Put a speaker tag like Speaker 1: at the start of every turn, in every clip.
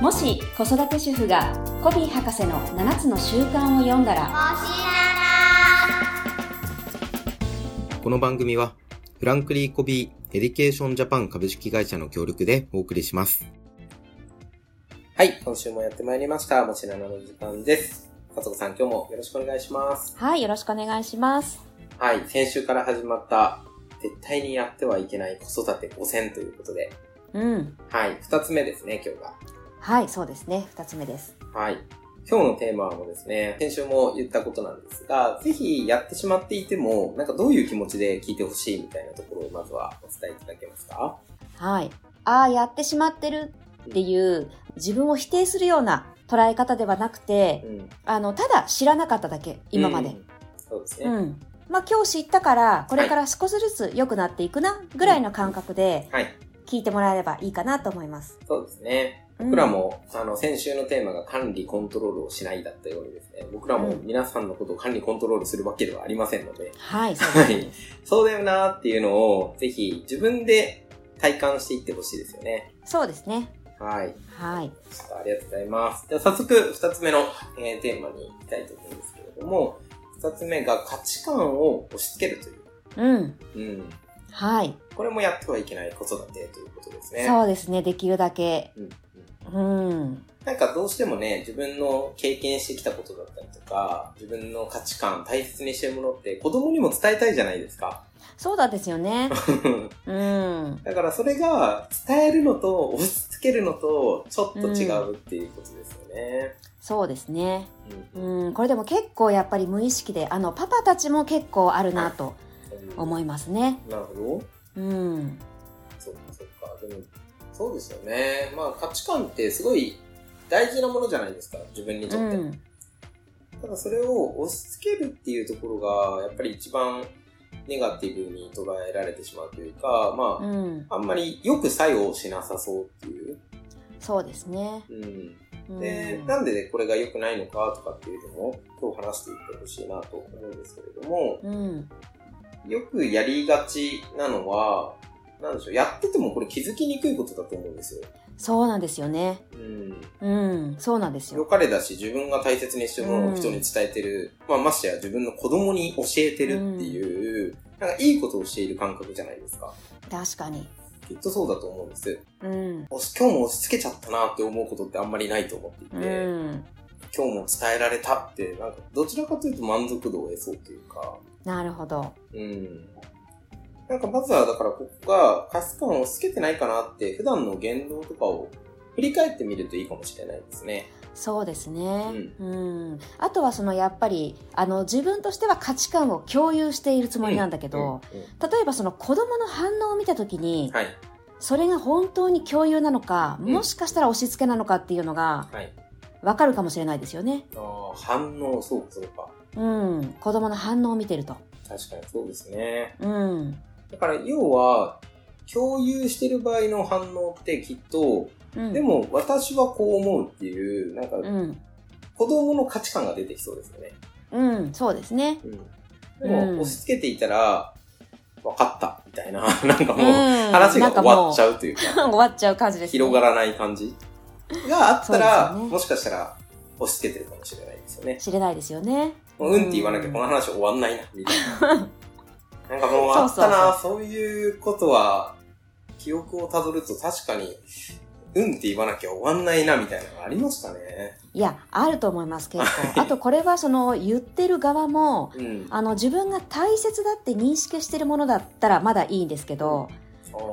Speaker 1: もし子育て主婦がコビー博士の7つの習慣を読んだら
Speaker 2: この番組は、フランクリー・コビー・エディケーション・ジャパン株式会社の協力でお送りします。はい、今週もやってまいりました。もちななの時間です。さつこさん、今日もよろしくお願いします。
Speaker 1: はいよろしくお願いします
Speaker 2: はい、先週から始まった、絶対にやってはいけない子育て5選ということで、
Speaker 1: うん
Speaker 2: はい、2つ目ですね、今日が。
Speaker 1: はいそうですね2つ目です
Speaker 2: はい。今日のテーマもですね、先週も言ったことなんですが、ぜひやってしまっていても、なんかどういう気持ちで聞いてほしいみたいなところをまずはお伝えいただけますか
Speaker 1: はいああやってしまってるっていう自分を否定するような捉え方ではなくて
Speaker 2: うん。
Speaker 1: あのただ知らなかっただけ今まで、
Speaker 2: うんそうですね。
Speaker 1: うん。まあ今日知ったから、これから少しずつ良くなっていくな、ぐらいの感覚で
Speaker 2: はい。
Speaker 1: 聞いてもらえればいいかなと思います。
Speaker 2: そうですね。
Speaker 1: うん
Speaker 2: 僕らも、あの、先週のテーマが管理コントロールをしないだったようにですね、僕らも皆さんのことを管理コントロールするわけではありませんので、
Speaker 1: はい、そう
Speaker 2: は
Speaker 1: です。
Speaker 2: い。そうだよなーっていうのを、ぜひ自分で体感していってほしいですよね。
Speaker 1: そうですね。
Speaker 2: はい。
Speaker 1: はい。
Speaker 2: ちょっとありがとうございます。じゃあ早速、二つ目の、えーテーマに行きたいと思うんですけれども、二つ目が価値観を押し付けるという。
Speaker 1: うん。
Speaker 2: うん。
Speaker 1: はい。
Speaker 2: これもやってはいけない子育てということですね。
Speaker 1: そうですね。できるだけ。
Speaker 2: うんうん
Speaker 1: うん。
Speaker 2: なんかどうしてもね、自分の経験してきたことだったりとか、自分の価値観、大切にしてるものって子供にも伝えたいじゃないですか。
Speaker 1: そうなんですよね。うん。
Speaker 2: だからそれが伝えるのと押し付けるのとちょっと違うっていうことですよね。
Speaker 1: そうですね。
Speaker 2: うん
Speaker 1: うん。これでも結構やっぱり無意識で、あの、パパたちも結構あるなと思いますね。
Speaker 2: なるほど。
Speaker 1: うん。
Speaker 2: そうかそうか。でも、そうですよね。まあ価値観ってすごい大事なものじゃないですか、自分に
Speaker 1: う
Speaker 2: とって。
Speaker 1: ん。
Speaker 2: ただそれを押し付けるっていうところが、やっぱり一番ネガティブに捉えられてしまうというか、まあ、
Speaker 1: うん。
Speaker 2: あんまりよく作用しなさそうっていう。
Speaker 1: そうですね。
Speaker 2: うん。
Speaker 1: うん
Speaker 2: で、なんでこれが良くないのかとかっていうのも今日話していってほしいなと思うんですけれども、
Speaker 1: うん。
Speaker 2: よくやりがちなのは、なんでしょう、やっててもこれ気づきにくいことだと思うんですよ。
Speaker 1: そうなんですよね。
Speaker 2: うん。
Speaker 1: うん、そうなんです
Speaker 2: 良
Speaker 1: よ。
Speaker 2: かれだし、自分が大切にしてるものを人に伝えてる、まあ、ましてや自分の子供に教えてるっていう、なんかいいことをしている感覚じゃないですか。
Speaker 1: 確かに。
Speaker 2: きっとそうだと思うんです。
Speaker 1: うん。
Speaker 2: お今日も押し付けちゃったなって思うことってあんまりないと思っていて、
Speaker 1: うん。
Speaker 2: 今日も伝えられたって、なんか、どちらかというと満足度を得そうというか、
Speaker 1: なるほど。
Speaker 2: うん。なんか、まずは、だから、ここが、価値観をつけてないかなって、普段の言動とかを振り返ってみるといいかもしれないですね。
Speaker 1: そうですね。うん。あとはそのやっぱり、あの、自分としては価値観を共有しているつもりなんだけど、
Speaker 2: うんうん
Speaker 1: 例えばその子供の反応を見たときに、
Speaker 2: はい。
Speaker 1: それが本当に共有なのか、
Speaker 2: うん
Speaker 1: もしかしたら押し付けなのかっていうのが
Speaker 2: はい。
Speaker 1: わかるかもしれないですよね。
Speaker 2: あー反応、そうか、そうか。
Speaker 1: うん。子供の反応を見てると。
Speaker 2: 確かにそうですね。
Speaker 1: うん。
Speaker 2: だから、要は、共有してる場合の反応ってきっと、
Speaker 1: うん、
Speaker 2: で、も、私はこう思うっていう、なんか、
Speaker 1: うん。
Speaker 2: 子供の価値観が出てきそうですよね。
Speaker 1: うん、そうですね。
Speaker 2: でも、
Speaker 1: うん
Speaker 2: 押し付けていたら、分かった、みたいな、 なんか
Speaker 1: う
Speaker 2: もう、
Speaker 1: ん。
Speaker 2: 話が終わっち
Speaker 1: ゃ
Speaker 2: ゃうというか、
Speaker 1: う。終わっちゃう感じです、ね。
Speaker 2: 広がらない感じがあった
Speaker 1: そ
Speaker 2: ら、
Speaker 1: うですよね
Speaker 2: もしかしたら、押し付けてるかもしれないですよね。
Speaker 1: 知れないですよね。
Speaker 2: もううんって言わなきゃこの話終わんないな、みたいな。なんかもうあったな、そういうことは、記憶をたどると確かに、うんって言わなきゃ終わんないな、みたいなのがありましたね。
Speaker 1: いや、あると思います、結 構。あと、これはその、言ってる側も、
Speaker 2: うん。
Speaker 1: あの、自分が大切だって認識してるものだったらまだいいんですけど、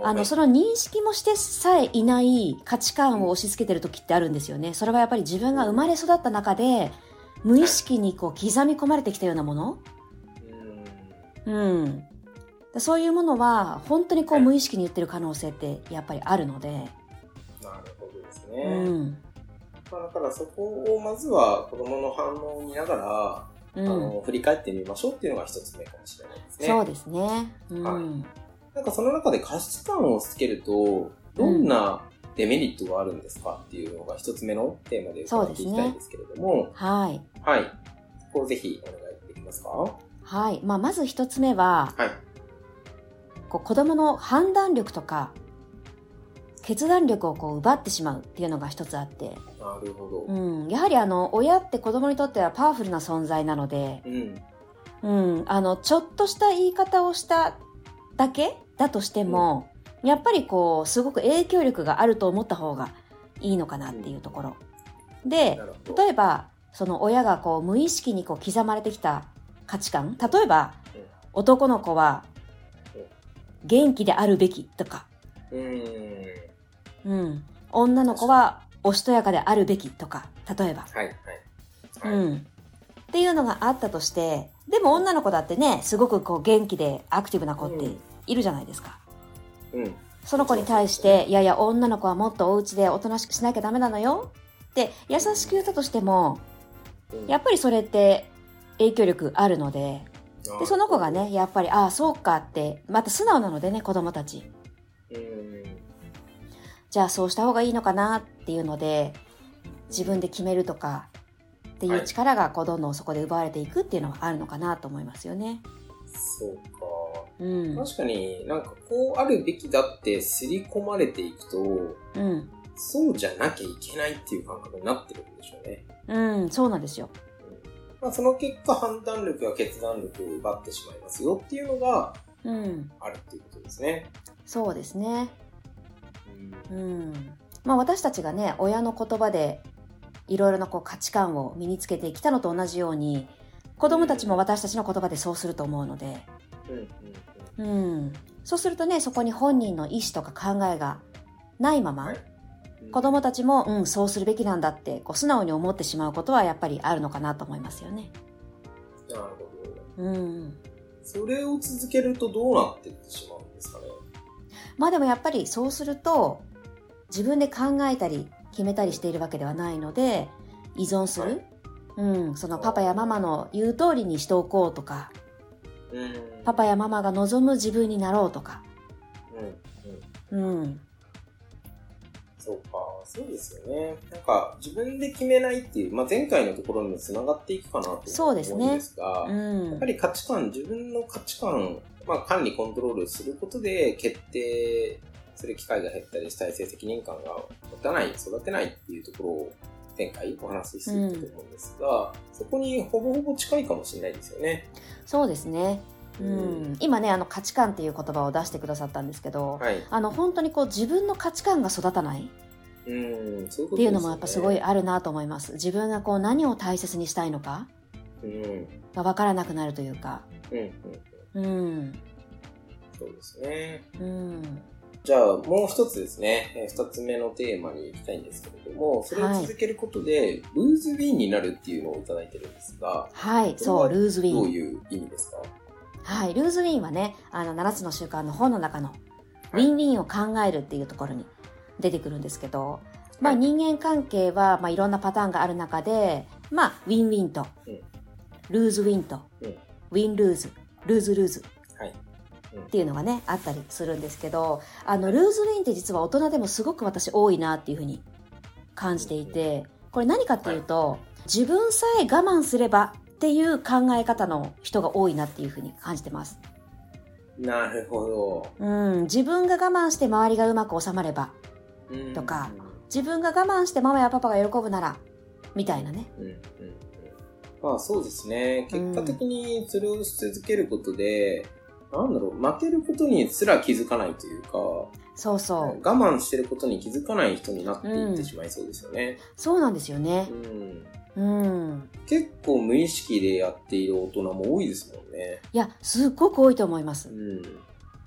Speaker 1: あの、その認識もしてさえいない価値観を押し付けてる時ってあるんですよね。それはやっぱり自分が生まれ育った中で、無意識にこう、刻み込まれてきたようなもの
Speaker 2: うん
Speaker 1: うん。そういうものは、本当にこう、
Speaker 2: はい
Speaker 1: 無意識に言ってる可能性って、やっぱりあるので、
Speaker 2: なるほどです
Speaker 1: う
Speaker 2: ね。
Speaker 1: ん。
Speaker 2: まあ、だからそこをまずは子供の反応を見ながら、
Speaker 1: う
Speaker 2: あ
Speaker 1: ん。
Speaker 2: の振り返ってみましょうっていうのが一つ目かもしれないですね。
Speaker 1: そうですね。う
Speaker 2: は
Speaker 1: ん。
Speaker 2: なんかその中で価値観をつけるとどんなデメリットがあるんですかっていうのが一つ目のテーマで伺っていきたいんですけれども、
Speaker 1: はい。
Speaker 2: はい。ここをぜひお願いできますかは
Speaker 1: はい。まあ、まず一つ目は、
Speaker 2: い。
Speaker 1: こう子供の判断力とか、決断力をこう奪ってしまうっていうのが一つあって、
Speaker 2: なるほど。
Speaker 1: うん、やはりあの親って子供にとってはパワフルな存在なので、
Speaker 2: うん。
Speaker 1: うん、あのちょっとした言い方をしただけだとしても、やっぱりこうすごく影響力があると思った方がいいのかなっていうところ。で、
Speaker 2: なるほど。
Speaker 1: 例えばその親がこう無意識にこう刻まれてきた価値観例えば
Speaker 2: うん
Speaker 1: 男の子は
Speaker 2: うん
Speaker 1: 元気であるべきとか、
Speaker 2: うん。
Speaker 1: うん、女の子はおしとやかであるべきとか例えば、
Speaker 2: はい、はい。
Speaker 1: う
Speaker 2: はい。
Speaker 1: ん、っていうのがあったとしてでも女の子だってねすごくこう元気でアクティブな子っているじゃないですか。
Speaker 2: うん。
Speaker 1: その子に対し
Speaker 2: そうそう
Speaker 1: て、いやいや、女の子はもっとお家でおとなしくしなきゃダメなのよって優しく言ったとしても、
Speaker 2: うん
Speaker 1: やっぱりそれって影響力あるので、で、その子が。ね、やっぱり、ああ、そうかって、また素直なのでね、子供たち。
Speaker 2: うん。
Speaker 1: じゃあそうした方がいいのかなっていうので、自分で決めるとかっていう力がこうどんどんそこで奪われていくっていうのはあるのかなと思いますよね。
Speaker 2: そうか。
Speaker 1: うん。
Speaker 2: 確かになんかこうあるべきだって刷り込まれていくと、
Speaker 1: うん。
Speaker 2: そうじゃなきゃいけないっていう感覚になってるんでしょうね。
Speaker 1: うん、そうなんですよ。
Speaker 2: まあ、その結果判断力や決断力を奪ってしまいますよっていうのが
Speaker 1: うん。
Speaker 2: あるっていうことですね。
Speaker 1: そうですね。
Speaker 2: うん
Speaker 1: うん。まあ私たちがね、親の言葉でいろいろなこう価値観を身につけてきたのと同じように、子供たちも私たちの言葉でそうすると思うので、
Speaker 2: うんうん
Speaker 1: うん、そうするとねそこに本人の意思とか考えがないま
Speaker 2: は
Speaker 1: ま
Speaker 2: いうん
Speaker 1: 子供たちも、うん、そうするべきなんだってこう素直に思ってしまうことはやっぱりあるのかなと思いますよね。
Speaker 2: なるほど。
Speaker 1: うん、
Speaker 2: それを続けるとどうなってってしまうんですかね。
Speaker 1: まあでもやっぱりそうすると自分で考えたり決めたりしているわけではないので依存する、うん、そのパパやママの言う通りにしておこうとか
Speaker 2: うん
Speaker 1: パパやママが望む自分になろうとか、
Speaker 2: うんうん。
Speaker 1: うん、
Speaker 2: そうか。そうですよね。なんか自分で決めないっていう、まあ、前回のところにもつながっていくかなと
Speaker 1: そ
Speaker 2: 思
Speaker 1: うん
Speaker 2: う
Speaker 1: で
Speaker 2: ですす
Speaker 1: ね
Speaker 2: が、
Speaker 1: う
Speaker 2: やっ
Speaker 1: ん
Speaker 2: ぱ、り価値観、自分の価値観、まあ、管理、コントロールすることで決定する機会が減ったり、主体性責任感が持たない、育てないっていうところを前回お話ししていたと思うんですが、そこにほぼほぼ近いかもしれないですよね。
Speaker 1: そうですね。うん、今ねあの価値観っていう言葉を出してくださったんですけど、
Speaker 2: はい。
Speaker 1: あの本当にこう自分の価値観が育たないっ
Speaker 2: うん、そういうことですよね
Speaker 1: ていうのもやっぱすごい。あるなと思います自分がこう何を大切にしたいのか
Speaker 2: うん、うん、
Speaker 1: が分からなくなるというか
Speaker 2: うん。
Speaker 1: うん
Speaker 2: そうですね。
Speaker 1: うん
Speaker 2: じゃあ、もう一つですね、えー二つ目のテーマに行きたいんですけれども、それを続けることで、ルーズウィンになるっていうのをいただいてるんですが、
Speaker 1: はいそうルーズウ
Speaker 2: どう
Speaker 1: ィン
Speaker 2: いう意味ですか
Speaker 1: はいルーズウィンはねあの7つの習慣の本の中のウ
Speaker 2: はい
Speaker 1: ィンウィンを考えるっていうところに出てくるんですけどまあ
Speaker 2: はい
Speaker 1: 人間関係はまあいろんなパターンがある中でまあウィンウィンと
Speaker 2: うん
Speaker 1: ルーズウィンと
Speaker 2: うん
Speaker 1: ウィンルーズルーズルーズ
Speaker 2: はいうん
Speaker 1: っていうのがねあったりするんですけどあのルーズウィンって実は大人でもすごく私多いなっていうふうに感じていてこれ何かっていうと、自分さえ我慢すればっていう考え方の人が多いなっていうふうに感じてます。
Speaker 2: なるほど。
Speaker 1: うん、自分が我慢して周りがうまく収まれば
Speaker 2: うん
Speaker 1: とか、自分が我慢してママやパパが喜ぶならみたいなね。
Speaker 2: うんうんうん、まあそうですね結果的にそれをし続けることで、なんだろう負けることにすら気づかないというか
Speaker 1: そうそ
Speaker 2: 我
Speaker 1: う。
Speaker 2: 慢してることに気づかない人になっていってしまいそうですよね、
Speaker 1: そうなんですよね
Speaker 2: う。ん
Speaker 1: うん。
Speaker 2: 結構無意識でやっている大人も多いですもんね
Speaker 1: いや、すっごく多いと思いま
Speaker 2: う
Speaker 1: す。
Speaker 2: んだか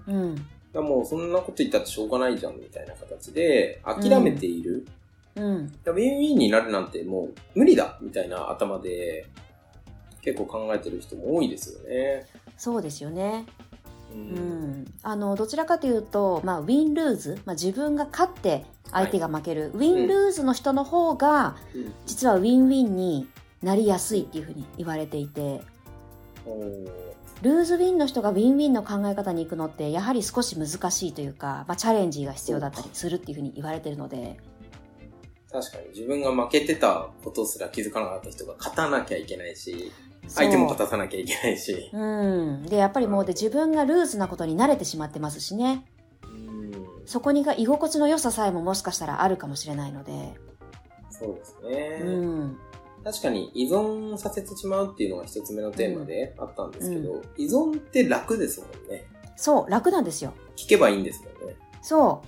Speaker 1: うん。
Speaker 2: らもうそんなこと言ったってしょうがないじゃんみたいな形で諦めている、
Speaker 1: うん。
Speaker 2: ウィンウィンになるなんてもう無理だみたいな頭で結構考えてる人も多いですよね。
Speaker 1: そうですよね。
Speaker 2: う
Speaker 1: う。ん。あの、どちらかというと、まあ、ウィン・ルーズ、まあ、自分が勝って相手が負ける、ウィン・ルーズの人の方が、
Speaker 2: うん
Speaker 1: 実はウィンウィンになりやすいっていうふうに言われていて、
Speaker 2: おー
Speaker 1: ルーズウィンの人がウィンウィンの考え方に行くのって、やはり少し難しいというか、まあ、チャレンジが必要だったりするっていうふうに言われてるので、
Speaker 2: 確かに自分が負けてたことすら気づかなかった人が勝たなきゃいけないし、相手も
Speaker 1: そう
Speaker 2: 勝たさなきゃいけないし。
Speaker 1: うん。で、やっぱりもうで自分がルーズなことに慣れてしまってますしね。
Speaker 2: うん。
Speaker 1: そこにが居心地の良ささえももしかしたらあるかもしれないので、
Speaker 2: そうですね。
Speaker 1: うん、
Speaker 2: 確かに依存させてしまうっていうのが一つ目のテーマであったんですけど、依存って楽ですもんね。
Speaker 1: そう、楽なんですよ。
Speaker 2: 聞けばいいんですもんね。
Speaker 1: そ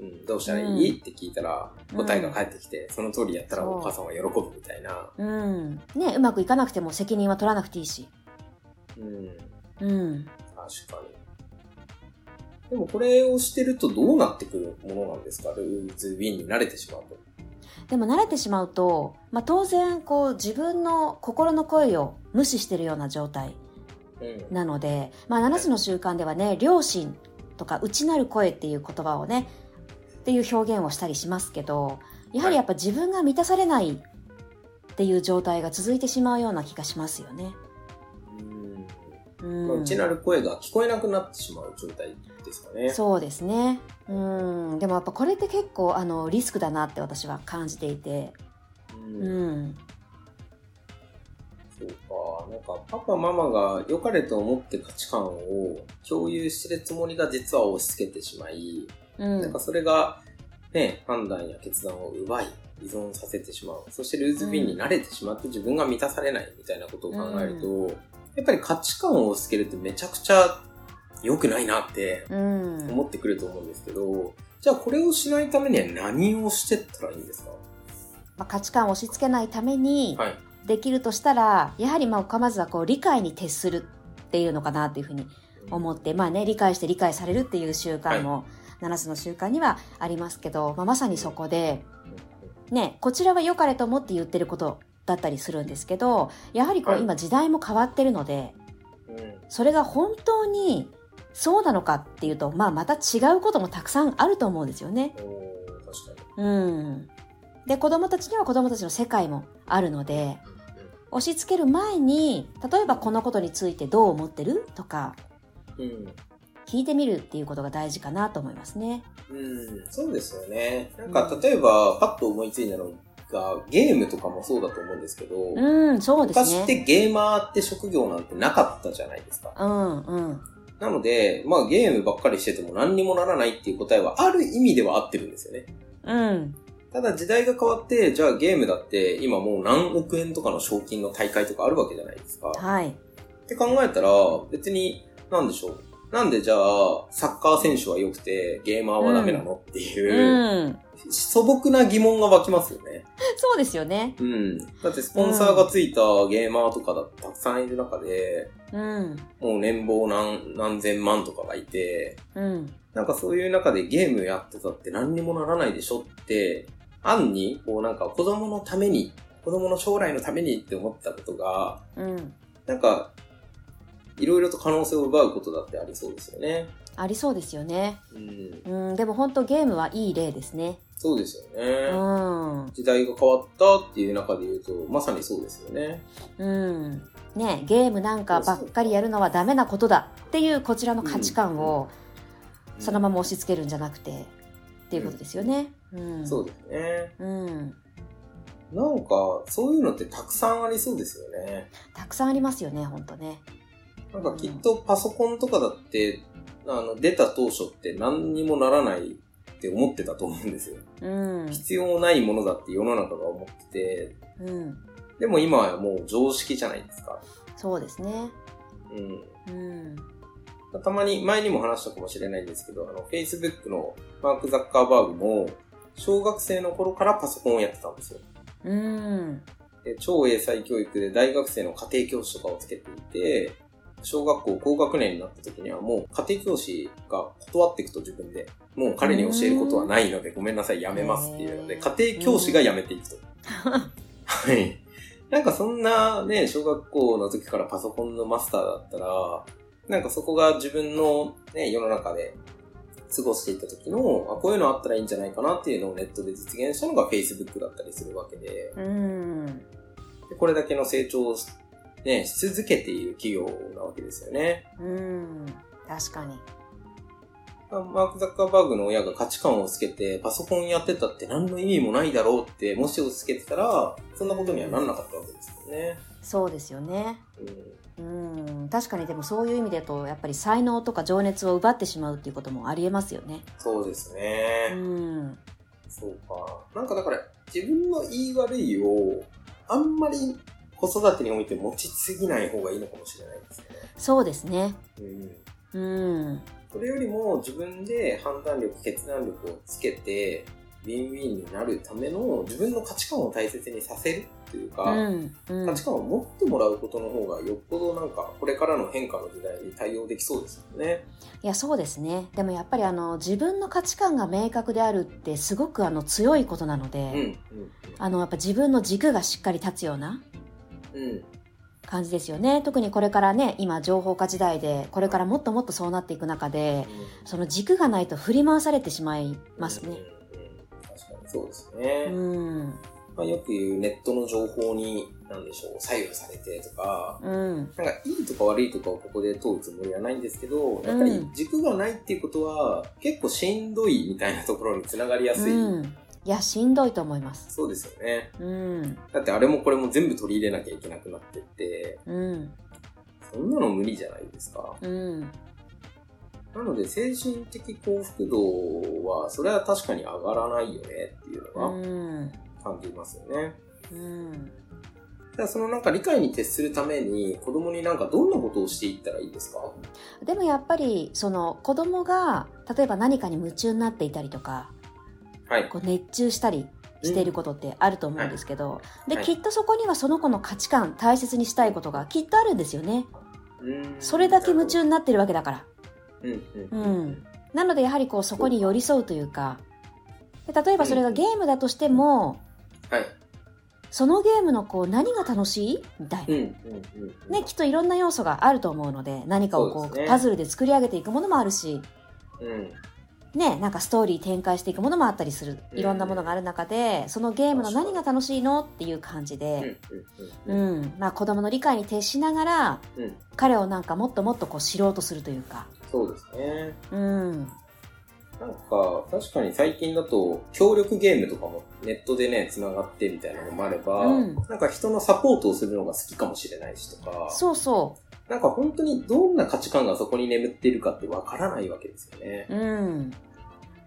Speaker 2: うん、どうしたらいい、って聞いたら
Speaker 1: うん
Speaker 2: 答えが返ってきて、その通りやったら
Speaker 1: そう
Speaker 2: お母さんは喜ぶみたいな。
Speaker 1: う、うん。ね、うまくいかなくても責任は取らなくていいし、
Speaker 2: うん、
Speaker 1: うん。
Speaker 2: 確かに。でもこれをしてるとどうなってくるものなんですかルーズウィンに慣れてしまうと。
Speaker 1: でも慣れてしまうと、まあ、当然こう自分の心の声を無視してるような状態
Speaker 2: うん。
Speaker 1: なので、まあ、7つの習慣ではね良心とか内なる声っていう言葉をねっていう表現をしたりしますけどやはりやっぱ自分が満たされないっていう状態が続いてしまうような気がしますよね。
Speaker 2: うん。まあ
Speaker 1: うん、
Speaker 2: 内なる声が聞こえなくなってしまう状態ですかね。
Speaker 1: そうですね。うん、でもやっぱこれって結構あのリスクだなって私は感じていて、
Speaker 2: うん
Speaker 1: うん、
Speaker 2: そうか、なんかパパママが良かれと思って価値観を共有してるつもりが実は押し付けてしまい、
Speaker 1: うん、
Speaker 2: なんかそれがね、判断や決断を奪い、依存させてしまう。そしてルーズビンに慣れてしまって自分が満たされないみたいなことを考えると、やっぱり価値観を押し付けるってめちゃくちゃ良くないなって
Speaker 1: うん、
Speaker 2: 思ってくると思うんですけど、じゃあこれをしないためには何をしてったらいいんですか
Speaker 1: まあ、価値観を押し付けないために
Speaker 2: はい。
Speaker 1: できるとしたらやはりまあまずはこう理解に徹するっていうのかなっていうふうに思って、まあね、理解して理解されるっていう習慣も7つの習慣にはありますけど、まあ、まさにそこで、ね、こちらは良かれと思って言ってることだったりするんですけどやはりこ
Speaker 2: は
Speaker 1: う
Speaker 2: い
Speaker 1: 今時代も変わってるので
Speaker 2: うん
Speaker 1: それが本当にそうなのかっていうと、まあ、また違うこともたくさんあると思うんですよね。
Speaker 2: おー確か
Speaker 1: うん、で子供たちには子供たちの世界もあるので。
Speaker 2: に。
Speaker 1: 押し付ける前に例えばこのことについてどう思ってるとか
Speaker 2: うん
Speaker 1: 聞いてみるっていうことが大事かなと思いますね。
Speaker 2: うん、そうですよね。なん
Speaker 1: う
Speaker 2: か
Speaker 1: ん、
Speaker 2: 例えば、パッと思いついたのが、ゲームとかもそうだと思うんですけど、
Speaker 1: うん、そうです
Speaker 2: 昔っ
Speaker 1: ね。
Speaker 2: てゲーマーって職業なんてなかったじゃないですか。
Speaker 1: うん、うん。
Speaker 2: なので、まあゲームばっかりしてても何にもならないっていう答えはある意味では合ってるんですよね。
Speaker 1: うん。
Speaker 2: ただ時代が変わって、じゃあゲームだって今もう何億円とかの賞金の大会とかあるわけじゃないですか。
Speaker 1: はい。
Speaker 2: って考えたら、別に、なんでしょう。なんでじゃあ、サッカー選手は良くて、ゲーマーはダメなのってい
Speaker 1: う
Speaker 2: う、
Speaker 1: ん。
Speaker 2: 素朴な疑問が湧きますよね。
Speaker 1: そうですよね。
Speaker 2: うん。だってスポンサーがついたゲーマーとかだたくさんいる中で、
Speaker 1: うん。
Speaker 2: もう年俸何何千万とかがいて、
Speaker 1: うん。
Speaker 2: なんかそういう中でゲームやってたって何にもならないでしょって、暗に、こうなんか子供のために、子供の将来のためにって思ったことが、
Speaker 1: うん。
Speaker 2: なんか、いろいろと可能性を奪うことだってありそうですよね。
Speaker 1: ありそうですよね。
Speaker 2: うん。
Speaker 1: うん。でも本当ゲームはいい例ですね。
Speaker 2: そうですよ
Speaker 1: う
Speaker 2: ね。
Speaker 1: ん。
Speaker 2: 時代が変わったっていう中で言うと、まさにそうですよね。
Speaker 1: うん。ねゲームなんかばっかりやるのはダメなことだっていうこちらの価値観をそのまま押し付けるんじゃなくてっていうことですよね。うん。
Speaker 2: そうですね。
Speaker 1: うん。
Speaker 2: なんか、そういうのってたくさんありそうですよね。
Speaker 1: たくさんありますよね、ほんとね。
Speaker 2: なんかきっとパソコンとかだって、あの、出た当初って何にもならないって思ってたと思うんですよ。
Speaker 1: うん。
Speaker 2: 必要ないものだって世の中が思ってて、
Speaker 1: うん。
Speaker 2: でも今はもう常識じゃないですか。
Speaker 1: そうですね。
Speaker 2: うん。
Speaker 1: うん。
Speaker 2: たまに、前にも話したかもしれないんですけど、あの、Facebook のマーク・ザッカーバーグも、小学生の頃からパソコンをやってたんですよ。
Speaker 1: うん。
Speaker 2: で超英才教育で大学生の家庭教師とかをつけていて、小学校高学年になった時にはもう家庭教師が断っていくと自分で、もう彼に教えることはないのでごめんなさい、やめますっていうので、
Speaker 1: へ
Speaker 2: 家庭教師が辞めていくと。 はい。なんかそんなね、小学校の時からパソコンのマスターだったら、なんかそこが自分のね、世の中で過ごしていった時の、あ、こういうのあったらいいんじゃないかなっていうのをネットで実現したのが Facebook だったりするわけで、
Speaker 1: うん。
Speaker 2: でこれだけの成長をし,、ね、し続けている企業なわけですよね。
Speaker 1: うん。確かに。
Speaker 2: マーク・ザッカーバーグの親が価値観をつけて、パソコンやってたって何の意味もないだろうって、もしをつけてたら、そんなことにはなんなかったわけですよね。
Speaker 1: そうですよね。うん、うん確かにでもそういう意味でと、やっぱり才能とか情熱を奪ってしまうっていうこともありえますよね。
Speaker 2: そうですね。
Speaker 1: うん。
Speaker 2: そうか。なんかだから、自分の言い悪いを、あんまり子育てにおいて持ちすぎない方がいいのかもしれないですね。
Speaker 1: そうですね。。
Speaker 2: うん
Speaker 1: うん。
Speaker 2: それよりも自分で判断力、決断力をつけて、ウィンウィンになるための自分の価値観を大切にさせるっていうか、
Speaker 1: うんうん、
Speaker 2: 価値観を持ってもらうことの方がよっぽどなんかこれからの変化の時代に対応できそうですよね。
Speaker 1: いやそうですねでもやっぱりあの自分の価値観が明確であるってすごくあの強いことなので、うん
Speaker 2: うん、
Speaker 1: あのやっぱ自分の軸がしっかり立つような。
Speaker 2: うん
Speaker 1: 感じですよね特にこれからね今情報化時代でこれからもっともっとそうなっていく中で、うん、その軸がないと振り回されてしまいますね。うんうん
Speaker 2: そうですね。
Speaker 1: うん、
Speaker 2: まあ、よく言うネットの情報に、何でしょう、左右されてとか、
Speaker 1: うん、なん
Speaker 2: かいいとか悪いとかをここで問うつもりはないんですけど、やっぱり軸がないっていうことは、結構しんどいみたいなところにつながりやすい。
Speaker 1: うん、いや、しんどいと思います。
Speaker 2: そうですよね。
Speaker 1: うん。
Speaker 2: だってあれもこれも全部取り入れなきゃいけなくなってって、
Speaker 1: うん。
Speaker 2: そんなの無理じゃないですか。
Speaker 1: うん。
Speaker 2: なので精神的幸福度はそれは確かに上がらないよねっていうのは感じますよね。
Speaker 1: うん、うん、
Speaker 2: じゃあそのなんか理解に徹するために子供になんかどんなことをしていったらいいですか
Speaker 1: でもやっぱりその子供が例えば何かに夢中になっていたりとか、
Speaker 2: はい、
Speaker 1: こう熱中したりしていることってあると思うんですけど、うんはい、で、はい、きっとそこにはその子の価値観大切にしたいことがきっとあるんですよね。
Speaker 2: うん
Speaker 1: それだけ夢中になってるわけだから。
Speaker 2: うん
Speaker 1: うんうん、なのでやはりこうそこに寄り添うというか例えばそれがゲームだとしても、
Speaker 2: はい、
Speaker 1: そのゲームのこう何が楽しいみたいな、
Speaker 2: うんうんうんうん、
Speaker 1: ね、きっといろんな要素があると思うので何かをこう、ね、パズルで作り上げていくものもあるし、、
Speaker 2: うん
Speaker 1: ね、なんかストーリー展開していくものもあったりするいろんなものがある中でそのゲームの何が楽しいのっていう感じで、うんまあ、子供の理解に徹しながら、
Speaker 2: うん、
Speaker 1: 彼をなんかもっともっとこう知ろうとするというか。
Speaker 2: そうですね。
Speaker 1: うん。
Speaker 2: なんか、確かに最近だと、協力ゲームとかもネットでね、繋がってみたいなのもあれば、
Speaker 1: うん、
Speaker 2: なんか人のサポートをするのが好きかもしれないしとか、。
Speaker 1: そうそう
Speaker 2: なんか本当にどんな価値観がそこに眠っているかってわからないわけですよね。
Speaker 1: うん。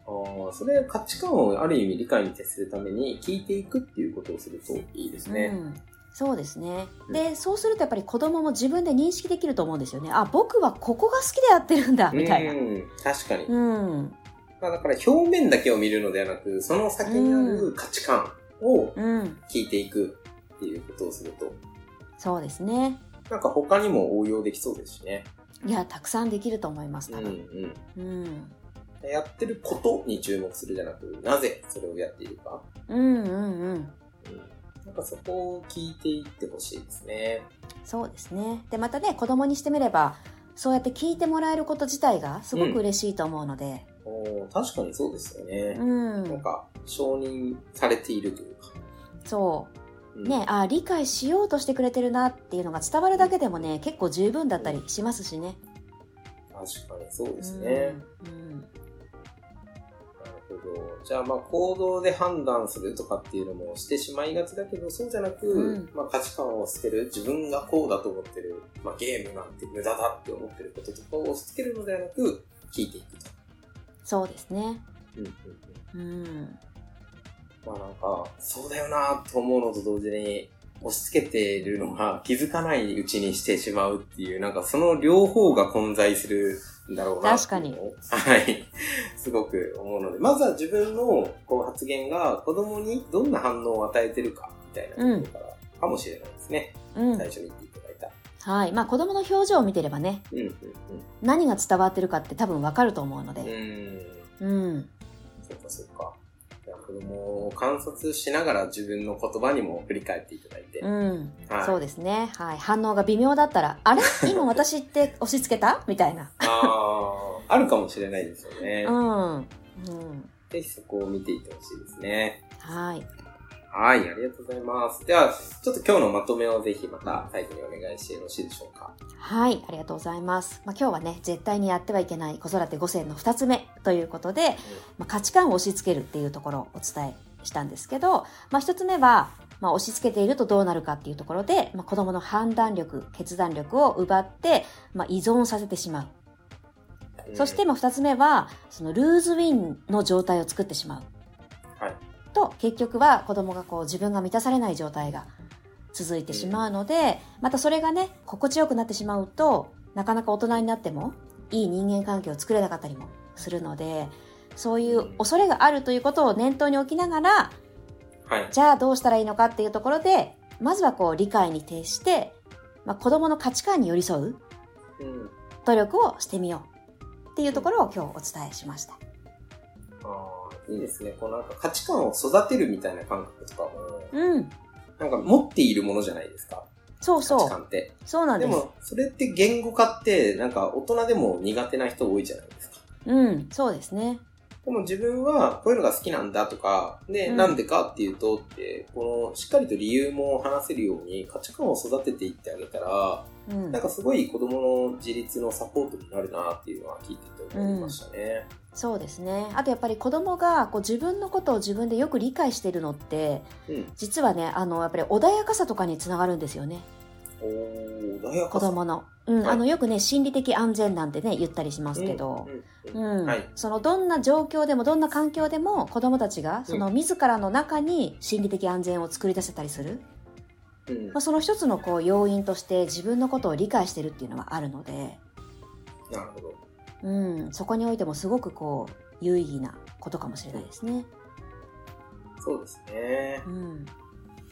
Speaker 2: あそれ価値観をある意味理解に徹するために聞いていくっていうことをするといいですね。、
Speaker 1: うんそうですね。で、うん、そうするとやっぱり子供も自分で認識できると思うんですよね。あ、僕はここが好きでやってるんだ、みたいな。うん
Speaker 2: 確かに。
Speaker 1: うん。
Speaker 2: まあ、だから表面だけを見るのではなく、その先にある価値観を聞いていくっていうことをすると。うん、
Speaker 1: そうですね。
Speaker 2: なんか他にも応用できそうですしね。
Speaker 1: いや、たくさんできると思います、
Speaker 2: 多分。
Speaker 1: うん、うん。
Speaker 2: やってることに注目するじゃなく、なぜそれをやっているか。
Speaker 1: うんうんうん。
Speaker 2: なんかそこを聞いていってほしいですね。
Speaker 1: そうですね。で、またね、子供にしてみれば、そうやって聞いてもらえること自体がすごく嬉しいと思うので。
Speaker 2: うん、お確かにそうですよね。
Speaker 1: うん。
Speaker 2: なんか、承認されているというか。
Speaker 1: そう。うん、ね、あ理解しようとしてくれてるなっていうのが伝わるだけでもね、結構十分だったりしますしね。
Speaker 2: うん、確かにそうですね。
Speaker 1: うん
Speaker 2: じゃあまあ行動で判断するとかっていうのもしてしまいがちだけど、そうじゃなく、うん、まあ価値観を捨てる、自分がこうだと思ってる、まあゲームなんて無駄だって思ってることとかを押し付けるのではなく、聞いていくと。
Speaker 1: そうですね。、
Speaker 2: うんうんうん。うんまあなんか、そうだよなと思うのと同時に、押し付けているのが気づかないうちにしてしまうっていう、なんかその両方が混在するんだろうな
Speaker 1: 確かに。
Speaker 2: はい。すごく思うので、まずは自分のこう発言が子供にどんな反応を与えてるかみたいなところからかもしれないですね。
Speaker 1: うん、
Speaker 2: 最初に言っていただい
Speaker 1: た。はい。まあ子供の表情を見てればね、
Speaker 2: うんうんうん、
Speaker 1: 何が伝わってるかって多分わかると思うので。。
Speaker 2: うん
Speaker 1: うん。
Speaker 2: そうかそうか。子供を観察しながら自分の言葉にも振り返っていただいて、
Speaker 1: うんはい、そうですね、はい、反応が微妙だったら「あれ 今私って押し付けた?」みたいな
Speaker 2: ああるかもしれないですよね
Speaker 1: うん、うん、
Speaker 2: ぜひそこを見ていってほしいですね
Speaker 1: はい
Speaker 2: はい、ありがとうございます。では、ちょっと今日のまとめをぜひまた最後にお願いしてよろしいでしょうか。
Speaker 1: はい、ありがとうございます。まあ、今日はね、絶対にやってはいけない子育て5選の2つ目ということで、まあ、価値観を押し付けるっていうところをお伝えしたんですけど、まあ、1つ目は、まあ、押し付けているとどうなるかっていうところで、まあ、子供の判断力、決断力を奪って、まあ、依存させてしまう。
Speaker 2: うん
Speaker 1: そして、、まあ、2つ目は、そのルーズウィンの状態を作ってしまう。
Speaker 2: はい
Speaker 1: と、結局は子供がこう自分が満たされない状態が続いてしまうので、またそれがね、心地よくなってしまうと、なかなか大人になっても、いい人間関係を作れなかったりもするので、そういう恐れがあるということを念頭に置きながら、
Speaker 2: はい。
Speaker 1: じゃあどうしたらいいのかっていうところで、まずはこう理解に徹して、まあ、子供の価値観に寄り添う
Speaker 2: うん。
Speaker 1: 努力をしてみようっていうところを今日お伝えしました。
Speaker 2: あーいいですね。このなんか価値観を育てるみたいな感覚とかも、
Speaker 1: うん。
Speaker 2: なんか持っているものじゃないですか。
Speaker 1: そう
Speaker 2: 価値
Speaker 1: そう。
Speaker 2: 観って。
Speaker 1: そうなん
Speaker 2: で
Speaker 1: です。
Speaker 2: も、それって言語化って、なんか大人でも苦手な人多いじゃないですか。
Speaker 1: うん。そうですね。
Speaker 2: でも自分はこういうのが好きなんだとか、で、
Speaker 1: うん
Speaker 2: なんでかっていうとって、このしっかりと理由も話せるように価値観を育てていってあげたら、
Speaker 1: うん
Speaker 2: なん。かすごい子供の自立のサポートになるなっていうのは聞いてて思いましたね。
Speaker 1: そうですね。あとやっぱり子供がこう自分のことを自分でよく理解してるのって、
Speaker 2: うん。
Speaker 1: 実はね、あの、やっぱり穏やかさとかにつながるんですよね。
Speaker 2: おー、穏や
Speaker 1: 子
Speaker 2: かさ。
Speaker 1: 供の。うん。
Speaker 2: はい
Speaker 1: あの、よくね、心理的安全なんてね、言ったりしますけど。
Speaker 2: うん。うん。
Speaker 1: うん
Speaker 2: はい
Speaker 1: そのどんな状況でもどんな環境でも子供たちがその自らの中に心理的安全を作り出せたりする、
Speaker 2: うん
Speaker 1: まあ、その一つのこう要因として自分のことを理解してるっていうのはあるので、
Speaker 2: なるほど。
Speaker 1: うん、そこにおいてもすごくこう有意義なことかもしれないですね。
Speaker 2: そうですね。
Speaker 1: うん、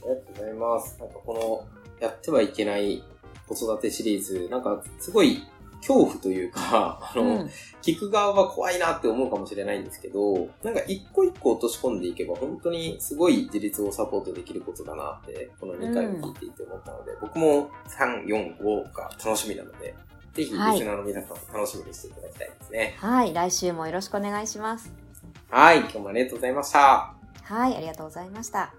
Speaker 2: ありがとうございます。なんかこの、やってはいけない子育てシリーズ、なんかすごい恐怖というか、あ
Speaker 1: う
Speaker 2: の、
Speaker 1: ん、
Speaker 2: 聞く側は怖いなって思うかもしれないんですけど、なんか一個一個落とし込んでいけば本当にすごい自立をサポートできることだなって、この2回を聞いていて思ったので、僕も3、4、5が楽しみなので、ぜひリスナ
Speaker 1: はい
Speaker 2: ーの皆さんも楽しみにしていただきたいですね。
Speaker 1: はい来週もよろしくお願いします。
Speaker 2: はい、今日もありがとうございました。
Speaker 1: はいありがとうございました。